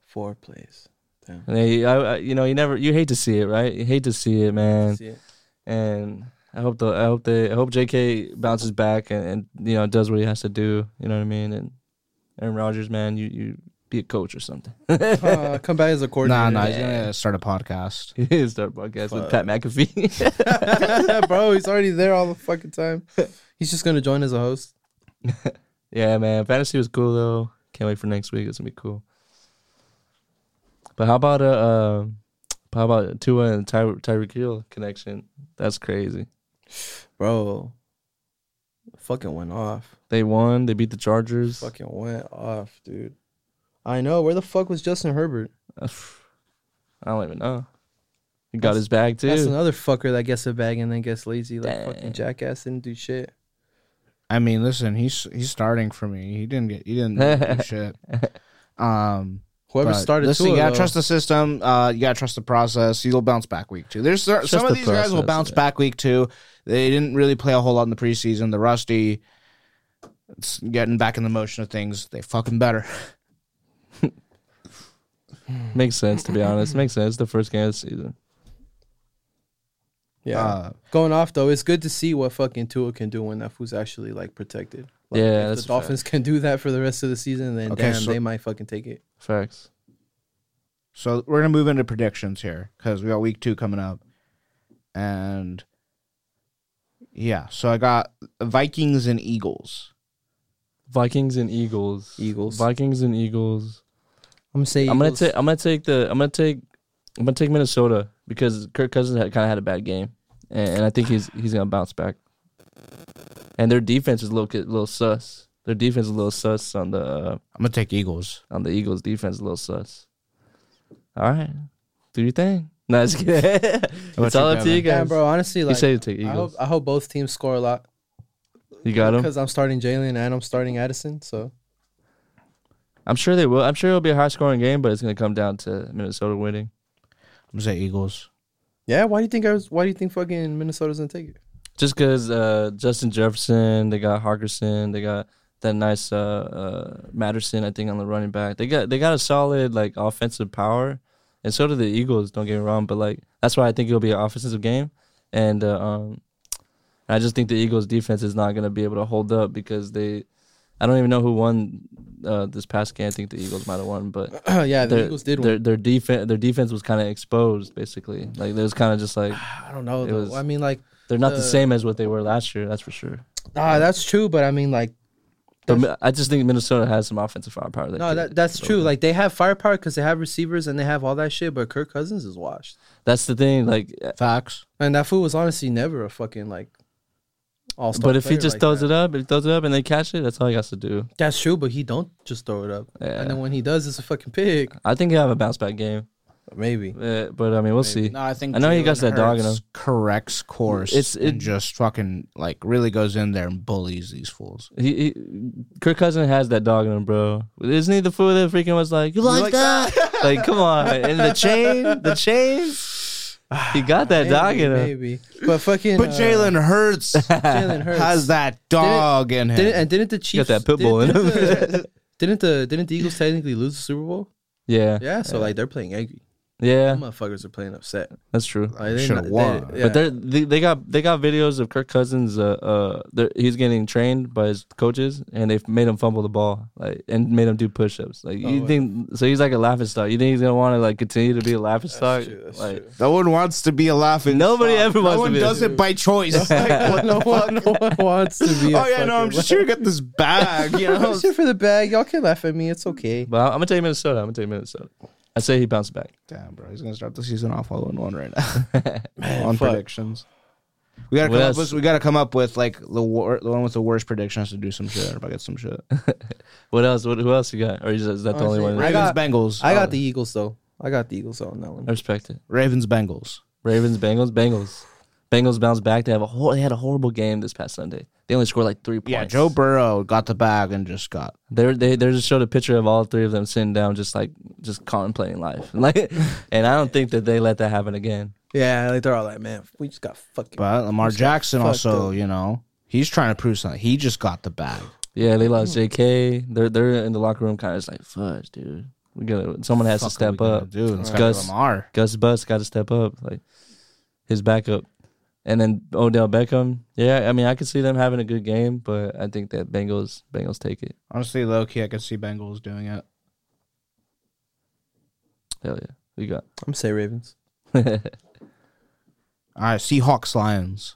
S3: Four plays.
S2: And they, I, I, you know, you never you hate to see it, right? You hate to see it, man.
S3: See it?
S2: and I hope the I hope they I hope J.K. bounces back and, and you know does what he has to do. You know what I mean? And Aaron Rodgers, man, you you be a coach or something.
S3: Uh, come back as a
S1: Nah,
S3: coordinator.
S1: nah. He's gonna start a podcast.
S2: Start podcast with Pat McAfee.
S3: bro. He's already there all the fucking time. He's just gonna join as a host.
S2: yeah, man, fantasy was cool though. Can't wait for next week. It's gonna be cool. But how about uh, uh how about Tua and Ty- Tyreek Hill connection? That's crazy.
S3: Bro, fucking went off.
S2: They won. They beat the Chargers.
S3: Fucking went off, dude. I know. Where the fuck was Justin Herbert?
S2: I don't even know. He got his bag too.
S3: That's another fucker that gets a bag and then gets lazy. Like fucking
S2: Damn.
S3: jackass didn't do shit.
S1: I mean, listen, he's he's starting for me. He didn't get he didn't do shit. Um,
S3: Whoever
S1: but
S3: started
S1: listen,
S3: Tua,
S1: you gotta
S3: though,
S1: trust the system. Uh, you gotta trust the process. You'll bounce back week two. There's cer- some
S2: Trust
S1: of
S2: the
S1: these guys will
S2: process,
S1: bounce
S2: yeah.
S1: back week two. They didn't really play a whole lot in the preseason. They're rusty. It's getting back in the motion of things. They fucking better.
S2: Makes sense to be honest. Makes sense. The first game of the season.
S3: yeah.
S2: Ah.
S1: Uh,
S3: Going off though, it's good to see what fucking Tua can do when that fool's actually like protected. Like,
S2: Yeah,
S3: if
S2: that's
S3: the
S2: a
S3: Dolphins can do that for the rest of the season, then
S1: Okay,
S3: damn,
S1: so-
S3: they might fucking take it.
S2: Facts.
S1: So we're gonna move into predictions here because we got week two coming up, and yeah. So I got Vikings and Eagles.
S2: Vikings and Eagles.
S3: Eagles.
S2: Vikings and Eagles.
S3: I'm gonna say
S2: I'm gonna
S3: Eagles.
S2: take. I'm gonna take the. I'm gonna take. I'm gonna take Minnesota because Kirk Cousins had kind of had a bad game, and, and I think he's he's gonna bounce back. And their defense is a little little sus. Their defense is a little sus on the uh,
S1: I'm gonna take Eagles.
S2: on the Eagles defense is a little sus. All right, do your thing. No, it's good. it's all up to you
S3: Yeah,
S2: guys.
S3: bro. Honestly,
S2: You
S3: like
S2: say you take
S3: I hope
S2: Eagles.
S3: I hope both teams score a lot
S2: You got him.
S3: because I'm starting Jalen and I'm starting Addison. So
S2: I'm sure they will. I'm sure it'll be a high scoring game, but it's gonna come down to Minnesota winning.
S1: I'm gonna say Eagles.
S3: yeah, why do you think I was? Why do you think fucking Minnesota's gonna take it?
S2: Just because uh, Justin Jefferson, they got Harkerson, they got that nice uh, uh, Matterson, I think, on the running back. They got they got a solid like offensive power, and so do the Eagles. Don't get me wrong, but like that's why I think it'll be an offensive game. and uh, um, I just think the Eagles' defense is not going to be able to hold up because they. I don't even know who won uh, this past game. I think the Eagles might have won, but
S3: yeah, the
S2: their,
S3: Eagles did
S2: their
S3: win.
S2: their defense their defense was kind of exposed basically. Like it was kind of just like
S3: I don't know.
S2: it
S3: Though.
S2: was-
S3: I mean, like,
S2: they're not
S3: Uh,
S2: the same as what they were last year. That's for sure.
S3: ah, that's true, but I mean, like,
S2: But Mi- I just think Minnesota has some offensive firepower.
S3: no,
S2: could-
S3: that, that's
S2: could
S3: true.
S2: open.
S3: Like, they have firepower because they have receivers and they have all that shit, but Kirk Cousins is washed.
S2: that's the thing. Like,
S1: Facts.
S3: And that fool was honestly never a fucking, like, all star.
S2: but if he just throws it up, if he throws it up and they catch it, that's all he has to do.
S3: That's true, but he don't just throw it up.
S2: Yeah.
S3: And then when he does, it's a fucking pig.
S2: I think he'll have a bounce back game.
S3: Maybe.
S2: Uh, but I mean, we'll see.
S1: No, I think
S2: I know he
S1: Jalen
S2: got that dog in
S1: Hurts Corrects course.
S2: It's- it-
S1: and just fucking like really goes in there and bullies these fools.
S2: He, he Kirk Cousins has that dog in him, bro. Isn't he the fool that freaking was like, "You like, that?" like, come on. And the chain, the chain. He got that
S3: Maybe,
S2: dog in him.
S3: maybe. But fucking.
S1: But
S3: uh,
S1: Jalen Hurts
S3: Jalen Hurts.
S1: has that dog in him.
S3: Didn't, and didn't the Chiefs
S2: that pit bull
S3: didn't,
S2: in
S3: didn't the, didn't the didn't the Eagles technically lose the Super Bowl?
S2: Yeah.
S3: Yeah, so like they're playing angry.
S2: Yeah,
S3: Them motherfuckers are playing upset.
S2: that's true.
S3: Like, they
S1: Should've
S3: not- they-
S1: won.
S3: yeah.
S2: But they're, they they got they got videos of Kirk Cousins. Uh, uh, they're- he's getting trained by his coaches, and they've made him fumble the ball, like, and made him do push-ups. Like, you
S3: Oh, wow.
S2: think so? He's like a laughing stock. You think he's gonna want to like continue to be a laughing stock?
S3: true, that's
S2: Like,
S3: true.
S1: no one wants to be a laughing.
S2: Nobody
S1: stock.
S2: ever wants
S1: no
S2: to
S1: one
S2: be a-
S1: does it by choice. Like, what the
S3: no, one,
S1: fuck?
S3: no one wants to be.
S1: Oh yeah, no, I'm just here to get this bag. You know,
S3: Shit for the bag. Y'all can laugh at me. It's okay.
S2: but I'm gonna take Minnesota. I'm gonna take Minnesota. I say he bounced back.
S1: Damn, bro, he's gonna start the season off all in one right now. on
S3: fuck.
S1: predictions, we gotta
S2: What
S1: come up
S2: else?
S1: with, we gotta come up with like the wor- the one with the worst prediction has to do some shit. If I get some shit,
S2: What else? What who else you got? Or is that, is that the only
S3: Honestly,
S2: one?
S1: Ravens
S2: I,
S3: I got-
S1: Bengals.
S3: I
S1: Oh,
S3: got the Eagles though. I got the Eagles on that one.
S2: respect it.
S1: Ravens Bengals.
S2: Ravens, Bengals, Bengals. Bengals bounced back. They have a whole, they had a horrible game this past Sunday. They only scored like three points.
S1: Yeah, Joe Burrow got the bag and just got.
S2: They they they just showed a picture of all three of them sitting down, just like just contemplating life. Like, and I don't think that they let that happen again.
S3: Yeah, like they're all like, man, we just got fucking.
S1: But Lamar Jackson
S3: fucked
S1: also,
S3: up.
S1: you know, he's trying to prove something. He just got the bag.
S2: Yeah, they lost J.K. They're they're in the locker room, kind of just like fudge, dude. We gotta someone has to
S1: Fuck are we
S2: step
S1: gonna
S2: up.
S1: do? It's
S2: Right.
S1: gotta be
S2: Gus.
S1: Lamar.
S2: Gus Bus got to step up, like his backup, and then Odell Beckham. Yeah, I mean I could see them having a good game, but I think that Bengals Bengals take it.
S1: Honestly, low key, I could see Bengals doing it.
S2: Hell yeah, we got.
S3: I'm say Ravens.
S1: All right, Seahawks Lions.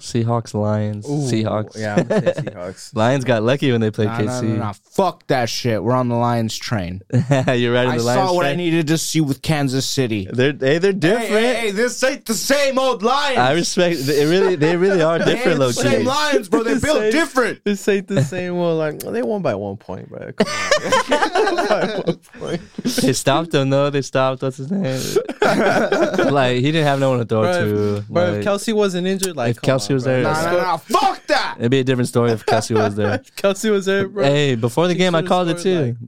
S2: Seahawks, Lions, Seahawks.
S3: Yeah, I'm gonna say Seahawks.
S2: Lions got lucky when they played
S1: Nah, nah,
S2: KC.
S1: nah, nah. Fuck that shit. We're on the Lions train.
S2: You're right in
S1: I
S2: the Lions.
S1: saw what I
S2: train.
S1: needed to see with Kansas City.
S2: They're hey, they're different.
S1: this ain't the same old Lions.
S2: I respect. They really, they really are different. Low key.
S1: Lions, bro. They
S3: built
S1: different.
S3: This ain't the same one. Like well, they won by one point, bro. Come on. By one point.
S2: They stopped them though. They stopped. What's his name? like he didn't have no one to throw
S3: Bro,
S2: to.
S3: if, bro, if
S2: like,
S3: Kelsey wasn't injured, like
S2: if
S3: come
S2: Kelsey
S3: on,
S2: was
S3: bro.
S2: there,
S1: Nah, nah, nah. Fuck that.
S2: it'd be a different story if Kelsey was there.
S3: If Kelsey was there, bro.
S2: Hey, before the
S3: He
S2: game, I
S3: should've
S2: called it
S3: scored, Oh,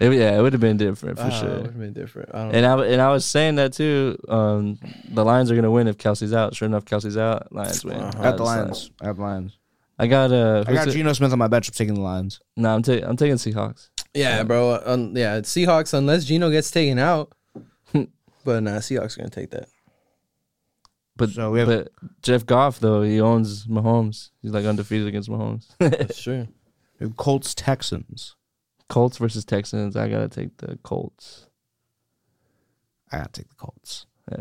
S2: too. It- yeah, it would have been different for
S3: Would
S2: sure.
S3: have been different. I don't know.
S2: And I and I was saying that too. Um, the Lions are gonna win if Kelsey's out. Sure enough, Kelsey's out. Lions win.
S3: Uh-huh.
S1: I
S2: I
S1: got the
S2: was
S1: Lions.
S2: like-
S1: I got the Lions.
S2: I got uh.
S1: I got
S2: who's it?
S1: Geno Smith on my bench. I'm taking the Lions.
S2: No, I'm taking. I'm taking Seahawks.
S3: Yeah, bro. Um, yeah, Seahawks. Unless Gino gets taken out, but nah, Seahawks are gonna take that.
S2: But
S1: So we have-
S2: but Jeff Goff though he owns Mahomes. He's like undefeated against Mahomes.
S3: That's true.
S1: We have Colts Texans.
S2: Colts versus Texans. I gotta take the Colts.
S1: I gotta take the Colts.
S2: Yeah,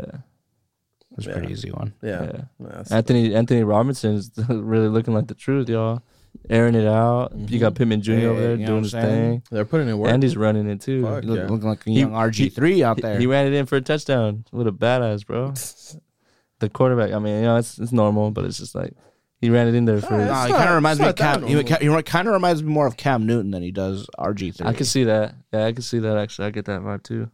S1: That's a
S3: Yeah.
S1: pretty easy one.
S3: Yeah.
S2: yeah.
S3: Nah, that's-
S2: Anthony Anthony Robinson's really looking like the truth, y'all. Airing it out. You got Pittman Jr. over
S1: Hey,
S2: there
S1: you know
S2: doing
S1: what
S2: his
S1: I'm saying?
S2: thing,
S3: they're putting in Mm-hmm. work.
S2: and he's running it too.
S3: Fuck.
S1: You look,
S3: Yeah.
S1: Looking like a
S2: He-
S1: young RG three out there.
S2: He, he ran it in for a touchdown. What a badass, bro. The quarterback. I mean, you know, it's it's normal, but it's just like he ran it in there for.
S1: Nah,
S3: It's
S1: he kind
S3: not-
S1: of reminds
S3: it's
S1: me
S3: not
S1: of Cam.
S3: that
S1: He,
S3: normal.
S1: he kind of reminds me more of Cam Newton than he does RG three.
S2: I could see that. Yeah, I could see that. Actually, I get that vibe too.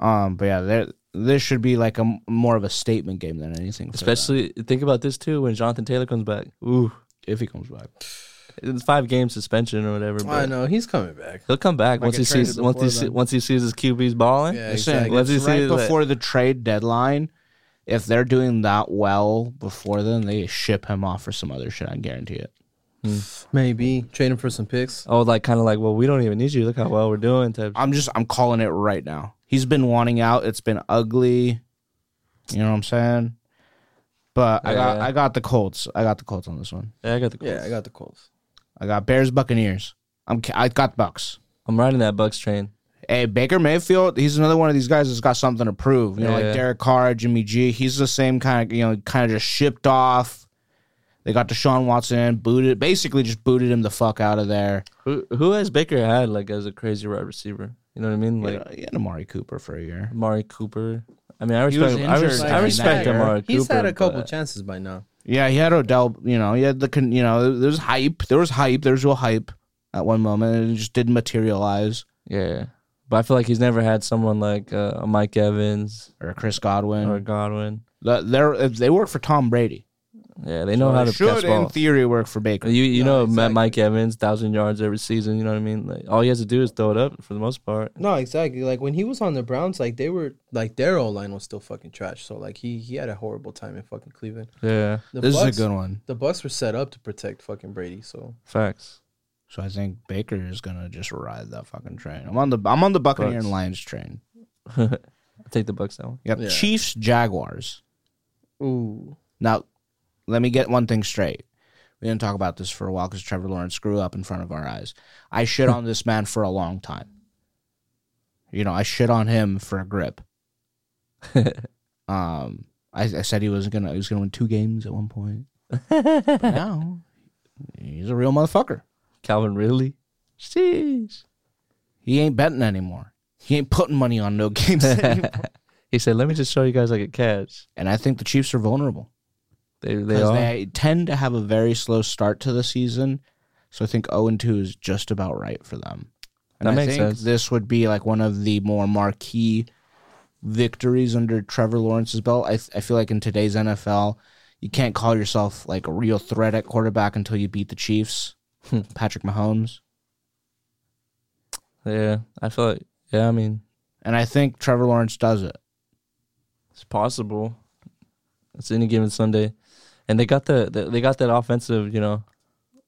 S1: Um, but yeah, there this should be like a m- more of a statement game than anything. for
S2: Especially think about this too when Jonathan Taylor comes back. Ooh,
S1: them, if he comes back.
S2: it's five game suspension or whatever. But
S3: Oh, I know he's coming back.
S2: He'll come back
S1: Might
S2: once
S1: get
S2: he sees
S1: traded
S2: once he
S1: before
S2: see,
S1: then.
S2: once he sees his QB's balling.
S3: Yeah,
S1: Listen,
S3: exactly.
S2: Let's
S1: it's
S2: just see
S1: right
S2: that-
S1: before the trade deadline. If they're doing that well before then, they ship him off for some other shit. I guarantee it.
S3: Maybe trade him for some picks.
S2: Oh, like kind of like, well, we don't even need you. Look how well we're doing. Type.
S1: I'm just I'm calling it right now. He's been wanting out. It's been ugly. You know what I'm saying? But I got
S2: Yeah.
S1: I got the Colts. I got the Colts on this one.
S2: Yeah, I got the. Colts.
S3: Yeah, I got the Colts.
S1: I got Bears Buccaneers. I'm ca- I got Bucks.
S2: I'm riding that Bucks train.
S1: Hey, Baker Mayfield, he's another one of these guys that's got something to prove. You know,
S2: Yeah.
S1: like Derek Carr, Jimmy G. He's the same kind of you know, kind of just shipped off. They got Deshaun Watson booted, basically just booted him the fuck out of there.
S2: Who who has Baker had like as a crazy wide receiver? You know what I mean?
S1: Like,
S2: Like
S1: you know, uh, he had Amari Cooper for a year.
S2: Amari Cooper. I mean, I
S1: He was
S2: respect. I,
S1: injured
S2: res-
S1: like
S2: I
S1: that
S2: respect
S1: year.
S2: Amari Cooper.
S3: He's had a couple
S2: but-
S3: chances by now.
S1: Yeah, he had Odell. You know, he had the con- you know, there was hype. There was hype. There was real hype at one moment, and it just didn't materialize.
S2: Yeah, but I feel like he's never had someone like uh, a Mike Evans
S1: Or Chris Godwin.
S3: Hmm.
S2: or Godwin.
S1: The- they're if they work for Tom Brady.
S2: Yeah, they know how
S1: They
S2: to
S1: should
S2: catch
S1: in
S2: ball.
S1: theory work for Baker.
S2: You you
S3: Yeah,
S2: know Ma-
S3: exactly.
S2: Mike Evans, thousand yards every season. You know what I mean? Like all he has to do is throw it up for the most part.
S3: No, exactly. Like when he was on the Browns, like they were like their O line was still fucking trash. So like he he had a horrible time in fucking Cleveland.
S2: Yeah,
S3: The
S1: this
S3: Bucks,
S1: is a good one.
S3: The Bucks were set up to protect fucking Brady. So
S2: facts.
S1: So I think Baker is gonna just ride that fucking train. I'm on the I'm on the Buccaneer
S2: Bucks.
S1: and Lions train.
S2: I take the Bucks that one.
S1: You got
S3: Yeah.
S1: Chiefs Jaguars.
S3: ooh,
S1: Now, let me get one thing straight. We didn't talk about this for a while because Trevor Lawrence screw up in front of our eyes. I shit on this man for a long time. You know, I shit on him for a grip. um, I, I said he was gonna he was gonna win two games at one point. but now he's a real motherfucker.
S2: Calvin Ridley. Sheesh.
S1: He ain't betting anymore. He ain't putting money on no games anymore.
S2: he said, "Let me just show you guys I could catch."
S1: and I think the Chiefs are vulnerable.
S2: They they
S1: because
S2: are.
S1: they tend to have a very slow start to the season. So I think 0 and 2 is just about right for them. And
S2: That
S1: I
S2: makes
S1: think
S2: sense.
S1: this would be like one of the more marquee victories under Trevor Lawrence's belt. I, I feel like in today's NFL, you can't call yourself like a real threat at quarterback until you beat the Chiefs. Patrick Mahomes.
S2: yeah, I feel like. Yeah, I mean,
S1: And I think Trevor Lawrence does it.
S2: It's possible. It's any given Sunday, and they got the, the they got that offensive, you know,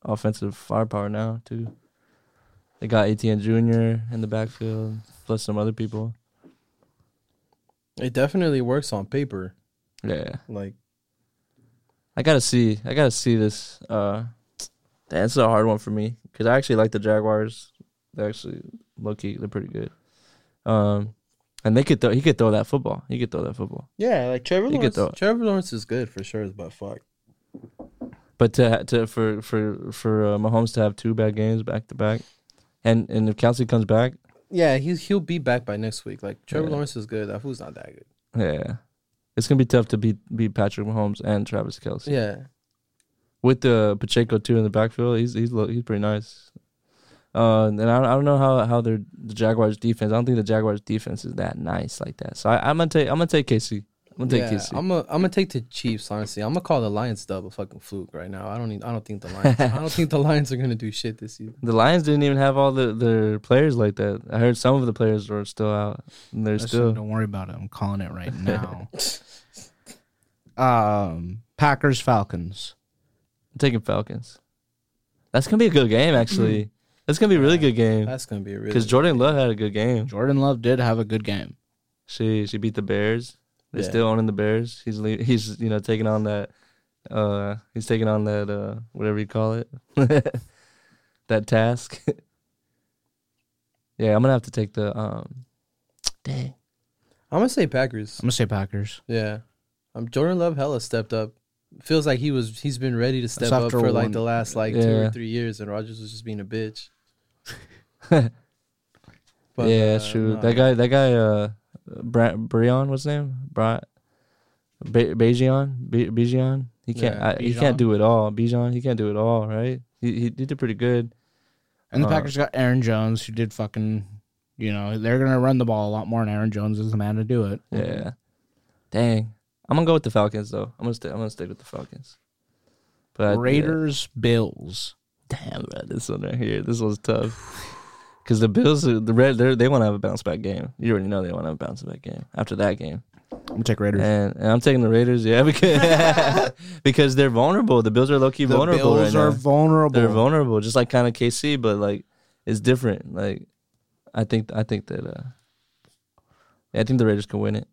S2: offensive firepower now too. They got ATN Jr. in the backfield, plus some other people.
S3: it definitely works on paper.
S2: Yeah,
S3: Like
S2: I gotta see, I gotta see this. Uh, damn, this is a hard one for me because I actually like the Jaguars. They're actually low key, they're pretty good. Um, and they could throw, he could throw that football. He could throw that football.
S3: yeah, like Trevor
S2: You could
S3: Lawrence.
S2: throw it.
S3: Trevor Lawrence is good for sure, but fuck.
S2: But to to for for for uh, Mahomes to have two bad games back to back, and and if Kelsey comes back,
S3: Yeah, he's he'll be back by next week. Like Trevor
S2: Yeah.
S3: Lawrence is good. That fool's not that good.
S2: yeah, it's gonna be tough to beat beat Patrick Mahomes and Travis Kelsey.
S3: Yeah,
S2: With the Pacheco too in the backfield, he's he's lo- he's pretty nice. Uh, and I, I don't know how how their the Jaguars defense. I don't think the Jaguars defense is that nice like that. So I, I'm gonna take I'm gonna take KC. I'm gonna take
S3: yeah.
S2: KC.
S3: I'm a, I'm gonna take the Chiefs. Honestly, I'm gonna call the Lions dub a fucking fluke right now. I don't need, I don't think the Lions. I don't think the Lions are gonna do shit this season.
S2: the Lions didn't even have all the, their players like that. I heard some of the players were still out. And they're
S1: Listen,
S2: still
S1: don't worry about it. I'm calling it right now. um, Packers Falcons.
S2: I'm taking Falcons. That's gonna be a good game, actually. That's gonna be a really good game
S3: Mm-hmm. That's gonna be a really
S2: because Jordan Love had a good game.
S1: Jordan Love did have a good game.
S2: She she beat the Bears. They're
S3: Yeah.
S2: still owning the Bears. He's le- he's you know taking on that. Uh, he's taking on that uh whatever you call it, that task. yeah, I'm gonna have to take the um. Dang,
S3: I'm gonna say Packers.
S1: I'm gonna say Packers.
S3: Yeah, um, Jordan Love hella stepped up. Feels like he was he's been ready to step up
S1: after
S3: for like
S1: one-
S3: the last like two
S2: Yeah.
S3: or three years, and Rogers was just being a bitch. But,
S2: yeah, that's
S3: uh,
S2: true.
S3: nah.
S2: that guy, that guy, uh, Bra- Breon, what's his name? Bra- Be- Bejion, Be- Bejion. He can't,
S3: Yeah,
S2: I, he
S1: Bijan.
S2: can't do it all. Bijan, he can't do it all, right? He, he did pretty good.
S1: And the
S2: Uh,
S1: Packers got Aaron Jones, who did fucking, you know, they're gonna run the ball a lot more, and Aaron Jones is the man to do it.
S2: Yeah. Dang, I'm gonna go with the Falcons though. I'm gonna stay. I'm gonna stick with the Falcons. But yeah.
S1: Raiders Bills.
S2: damn, bro, this one right here, this one's tough. Because the Bills, are- the red, they're- they want to have a bounce back game. You already know they want to have a bounce back game after that game.
S1: I'm gonna take Raiders.
S2: And, and I'm taking the Raiders, yeah, because, because they're vulnerable. The Bills are low key
S1: the
S2: vulnerable
S1: Bills
S2: right
S1: are
S2: now.
S1: vulnerable.
S2: They're vulnerable, just like kind of KC, but like it's different. Like I think I think that uh, yeah, I think the Raiders can win it.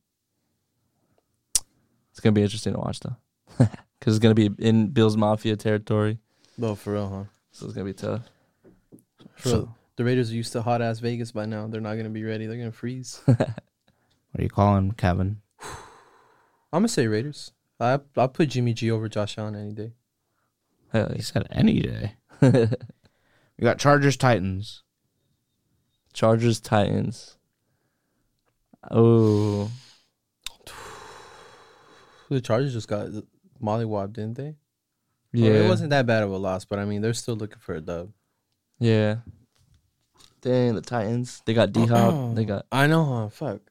S2: It's gonna be interesting to watch though. because it's gonna be in Bills Mafia territory,
S3: No, for real, huh?
S2: so it's gonna be tough.
S3: For
S1: So-
S3: real. The Raiders are used to hot ass Vegas by now. They're not gonna be ready. They're gonna freeze.
S1: What are you calling Kevin?
S3: I'm gonna say Raiders. I I put Jimmy G over Josh Allen any day.
S2: Hell
S1: He said any day.
S2: yeah.
S1: We got Chargers Titans.
S2: Chargers Titans. Oh,
S3: The Chargers just got mollywopped, didn't they?
S2: yeah,
S3: Well, it wasn't that bad of a loss, but I mean they're still looking for a dub.
S2: yeah. Dang, the Titans. They got D Hop. they got
S3: Oh. I know, huh? Fuck.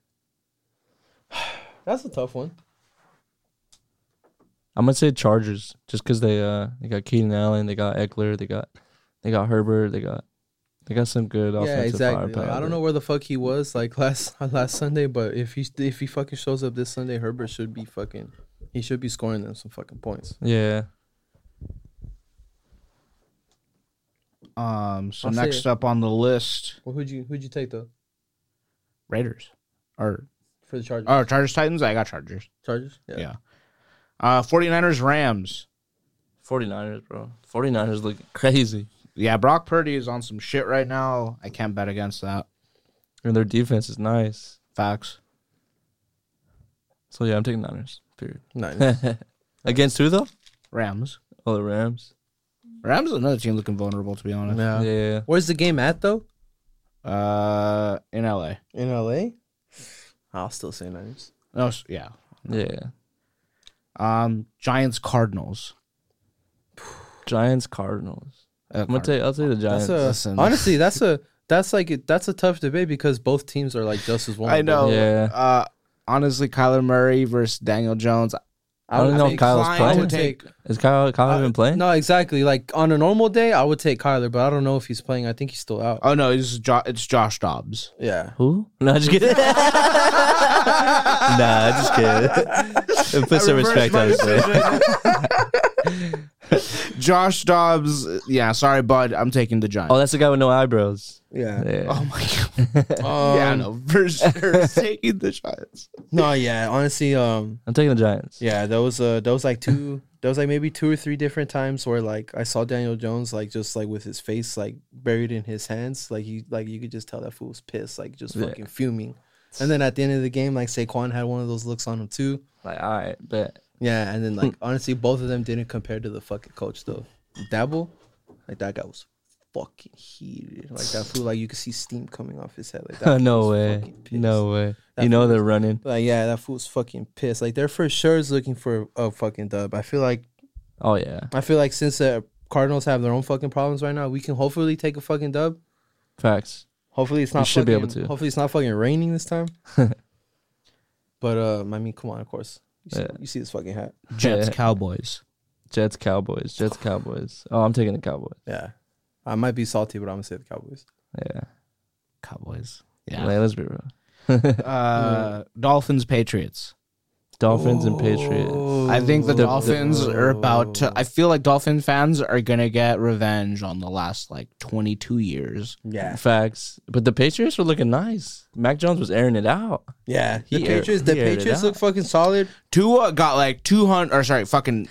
S3: That's a tough one.
S2: I'm gonna say Chargers just because they uh they got Keaton Allen, they got Eckler, they got they got Herbert, they got they got some good offensive
S3: yeah, exactly.
S2: firepower.
S3: Like, I don't know where the fuck he was like last last Sunday, but if he if he fucking shows up this Sunday, Herbert should be fucking he should be scoring them some fucking points.
S2: Yeah,
S1: Um, so
S3: I'll say
S1: next
S3: it.
S1: up on the list,
S3: Well, who'd you who'd you take though
S1: Raiders or
S3: for the Chargers?
S1: oh Chargers Titans. I got Chargers.
S3: Chargers.
S1: Yeah. Uh, 49ers Rams.
S2: 49ers, bro. 49ers look crazy,
S1: Yeah, Brock Purdy is on some shit right now. I can't bet against that.
S2: and their defense is nice.
S1: Facts.
S2: So yeah, I'm taking Niners. Period.
S3: Niners.
S2: Against who though?
S1: Rams.
S2: Oh, the Rams.
S1: Rams is another team looking vulnerable, to be honest.
S3: yeah.
S2: Yeah,
S3: Where's the game at though?
S1: Uh, in LA.
S3: In LA. I'll still say Niners.
S1: No, s- yeah.
S2: yeah.
S1: Um, Giants Cardinals.
S2: Giants, Cardinals.
S1: Uh,
S2: I'm gonna take. I'll take the Giants.
S3: That's a
S1: Listen.
S3: honestly. That's a that's like a, that's a tough debate because both teams are like just as vulnerable.
S1: I know.
S2: Yeah.
S1: Uh, honestly, Kyler Murray versus Daniel Jones.
S2: I don't
S3: would
S2: know if
S3: take-
S2: Kyle's
S1: inclined
S2: playing.
S1: to take
S2: Is Kyle Kyle even playing?
S3: No, exactly. Like on a normal day, I would take Kyler, but I don't know if he's playing. I think he's still out.
S1: Oh no, it's jo- it's Josh Dobbs.
S3: Yeah.
S2: Who? No, just kidding. nah, just kidding. Put some
S1: reversed
S2: respect
S1: my
S2: on his name.
S1: Josh Dobbs. Yeah, sorry, bud. I'm taking the Giants.
S2: Oh, that's the guy with no eyebrows.
S3: Yeah.
S2: Yeah.
S1: Oh my god. yeah,
S3: Um,
S1: no, for sure. taking the Giants.
S3: No, yeah. Honestly, um,
S2: I'm taking the Giants.
S3: yeah, there was uh, there was like two, there was like maybe two or three different times where like I saw Daniel Jones like just like with his face like buried in his hands, like you like you could just tell that fool was pissed, like just
S2: Yeah.
S3: fucking fuming. And then at the end of the game, like Saquon had one of those looks on him too.
S2: Like, all right, but
S3: Yeah, and then
S2: Hmm.
S3: like honestly, both of them didn't compare to the fucking coach though. Dabble, like that guy was fucking heated. Like that fool, like you could see steam coming off his head. Like that. fool
S2: no
S3: was
S2: way,
S3: fucking pissed.
S2: no way.
S3: That
S2: you know they're running.
S3: Like yeah, that fool's fucking pissed. Like they're for sure is looking for a fucking dub. I feel like
S2: Oh yeah,
S3: I feel like since the Cardinals have their own fucking problems right now, we can hopefully take a fucking dub.
S2: facts.
S3: Hopefully it's not.
S2: should be able
S3: fucking-
S2: to.
S3: Hopefully it's not fucking raining this time. but um, I mean, come on, of course. You see,
S2: Yeah.
S3: you see this fucking hat.
S1: Jets Cowboys.
S2: Jets, Cowboys, Jets, Cowboys. Oh, I'm taking the Cowboys.
S3: Yeah, I might be salty, but I'm gonna say the Cowboys.
S2: Yeah,
S1: Cowboys.
S2: yeah.
S1: Yeah.
S2: let's be real.
S1: Uh, Dolphins Patriots.
S2: Dolphins and Patriots.
S1: I think the
S2: The- the-
S1: Dolphins are about to. I feel like Dolphin fans are gonna get revenge on the last like 22 years.
S3: Yeah,
S2: Facts, but the Patriots were looking nice. Mac Jones was airing it out.
S3: yeah. The
S2: He aired-
S3: Patriots, the
S2: he aired it
S3: Patriots look
S2: out.
S3: fucking solid.
S1: Tua got like 200, or sorry, fucking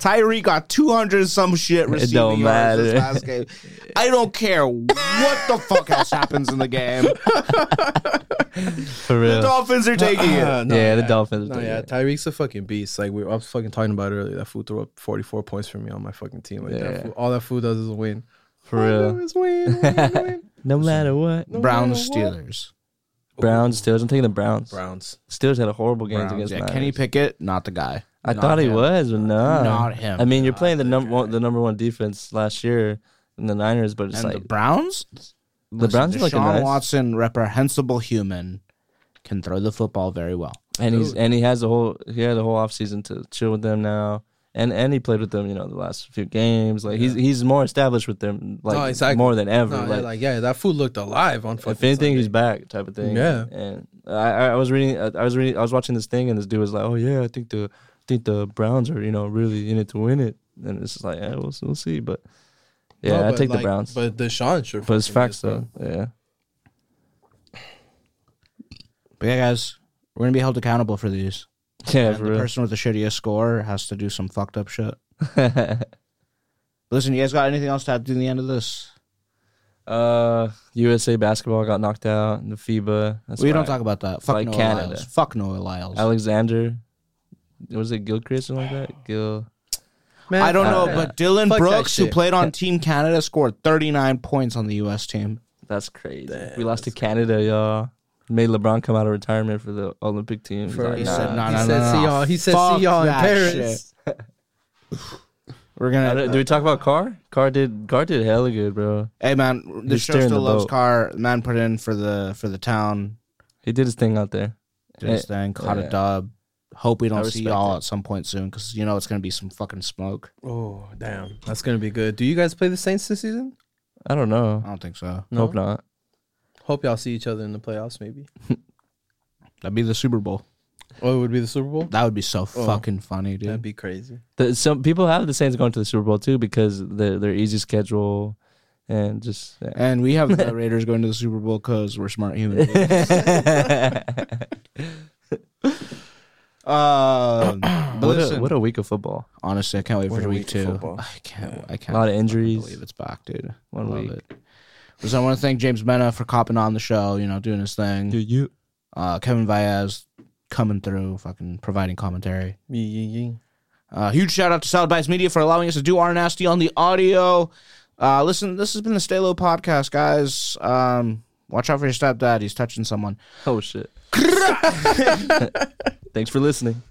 S1: Tyree got 200 some shit receiving
S2: don't
S1: yards this
S2: matter.
S1: last game. I don't care what the fuck else happens in the game.
S2: For
S1: The
S2: real.
S1: Dolphins are taking it.
S3: Uh, no,
S2: yeah, the Dolphins.
S3: No, yeah, Tyreek's a fucking beast. Like we, I was fucking talking about earlier, that fool threw up forty four points for me on my fucking team. Like that
S2: Yeah.
S3: fool, all that fool does is win.
S2: For
S3: All
S2: real.
S3: I do is win, win, win.
S2: No matter what.
S1: Browns Steelers.
S2: Browns, Steelers. I'm taking the Browns.
S3: Browns.
S2: Steelers had a horrible game
S1: Browns,
S2: against
S1: yeah,
S2: Niners.
S1: Kenny Pickett, not the guy.
S2: I
S1: Not
S2: thought he
S1: him.
S2: was, but no.
S1: Not him.
S2: I mean, you're playing the number one, the number one defense last year in the Niners, but it's
S1: And
S2: like
S1: the Browns?
S2: the Browns are looking
S1: Deshaun
S2: nice,
S1: Watson, reprehensible human, can throw the football very well.
S2: and he's and he has a whole he had a whole offseason to chill with them now, and and he played with them, you know, the last few games. Like he's he's more established with them, like
S3: No, exactly.
S2: more than ever.
S3: No, yeah,
S2: like,
S3: like yeah, that fool looked alive on fucking.
S2: if anything, he's back type of thing.
S3: Yeah.
S2: And I, I I was reading, I was reading, I was watching this thing, and this dude was like, "Oh yeah, I think the, I think the Browns are, you know, really in it to win it." And it's just like, yeah, we'll, we'll see, but yeah, I take the Browns. But,
S3: But Deshaun sure.
S2: it's
S3: fucking
S2: facts
S3: is, bro.
S2: though. Yeah.
S1: But yeah, guys, we're gonna be held accountable for these.
S2: Yeah,
S1: and
S2: for
S1: the
S2: real.
S1: person with the shittiest score has to do some fucked up shit. Listen, you guys got anything else to add to the end of this?
S2: uh, USA basketball got knocked out in the FIBA. That's
S1: we
S2: why
S1: don't talk about that. Fuck
S2: like
S1: Noah
S2: Canada.
S1: Lyles. Fuck Noah Lyles.
S2: Alexander. Was it Gilchrist or something like that? Gil.
S3: Man,
S1: I don't know,
S2: Uh,
S1: but Dylan
S3: fuck that
S1: Brooks, who
S3: shit.
S1: played on Team Canada, scored 39 points on the U.S. team.
S2: That's crazy. we lost to Canada, y'all. Made LeBron come out of retirement for the Olympic team. He's
S3: For-
S2: like,
S1: He
S2: nah.
S1: said, "Nah,
S3: he
S1: nah,
S3: said,
S1: nah,
S3: "See
S1: nah.
S3: y'all." He said,
S1: Fuck
S3: "See y'all in
S1: that
S3: Paris."
S1: We're
S2: I
S1: gonna.
S2: don't- Do we talk about Carr? Carr did Carr did hella good, bro.
S1: hey man, the
S2: He's
S1: show
S2: steering
S1: still
S2: the
S1: loves
S2: boat.
S1: car. Man put in for the for the town.
S2: He did his thing out there.
S1: Did his thing. Caught a
S2: Eh, yeah.
S1: dub. Hope we
S2: I
S1: don't see
S2: respect
S1: y'all
S2: it.
S1: at some point soon, because you know it's gonna be some fucking smoke.
S3: Oh damn, that's gonna be good. Do you guys play the Saints this season?
S2: I don't know.
S1: I don't think so.
S3: No?
S2: Hope not.
S3: Hope y'all see each other in the playoffs, maybe.
S1: That'd be the Super Bowl.
S3: Oh, it would be the Super Bowl.
S1: That would be so fucking funny,
S3: Oh, That'd
S1: dude.
S3: be crazy.
S2: The, some people have the Saints going to the Super Bowl too because their their easy schedule and just yeah.
S1: and we have the Raiders going to the Super Bowl because we're smart human beings. um, but
S2: what, a,
S1: listen,
S2: what a week of football.
S1: honestly, I can't wait
S3: What
S1: for
S3: a
S1: week
S3: week of
S1: two.
S3: football.
S1: I can't. I can't.
S2: A lot of
S1: fucking
S2: injuries.
S1: Believe it's back, dude.
S2: One
S1: Love
S2: week.
S1: It. Listen, I want to thank James Mena for copping on the show. You know, doing his thing.
S2: you
S1: Uh, Kevin Baez coming through, fucking providing commentary.
S3: Yee, yee, yee.
S1: Uh, huge shout out to Solid Bites Media for allowing us to do our nasty on the audio. Uh, listen, this has been the Stay Low podcast, guys. Um, watch out for your stepdad; he's touching someone.
S2: Oh shit. Oh, Thanks for listening.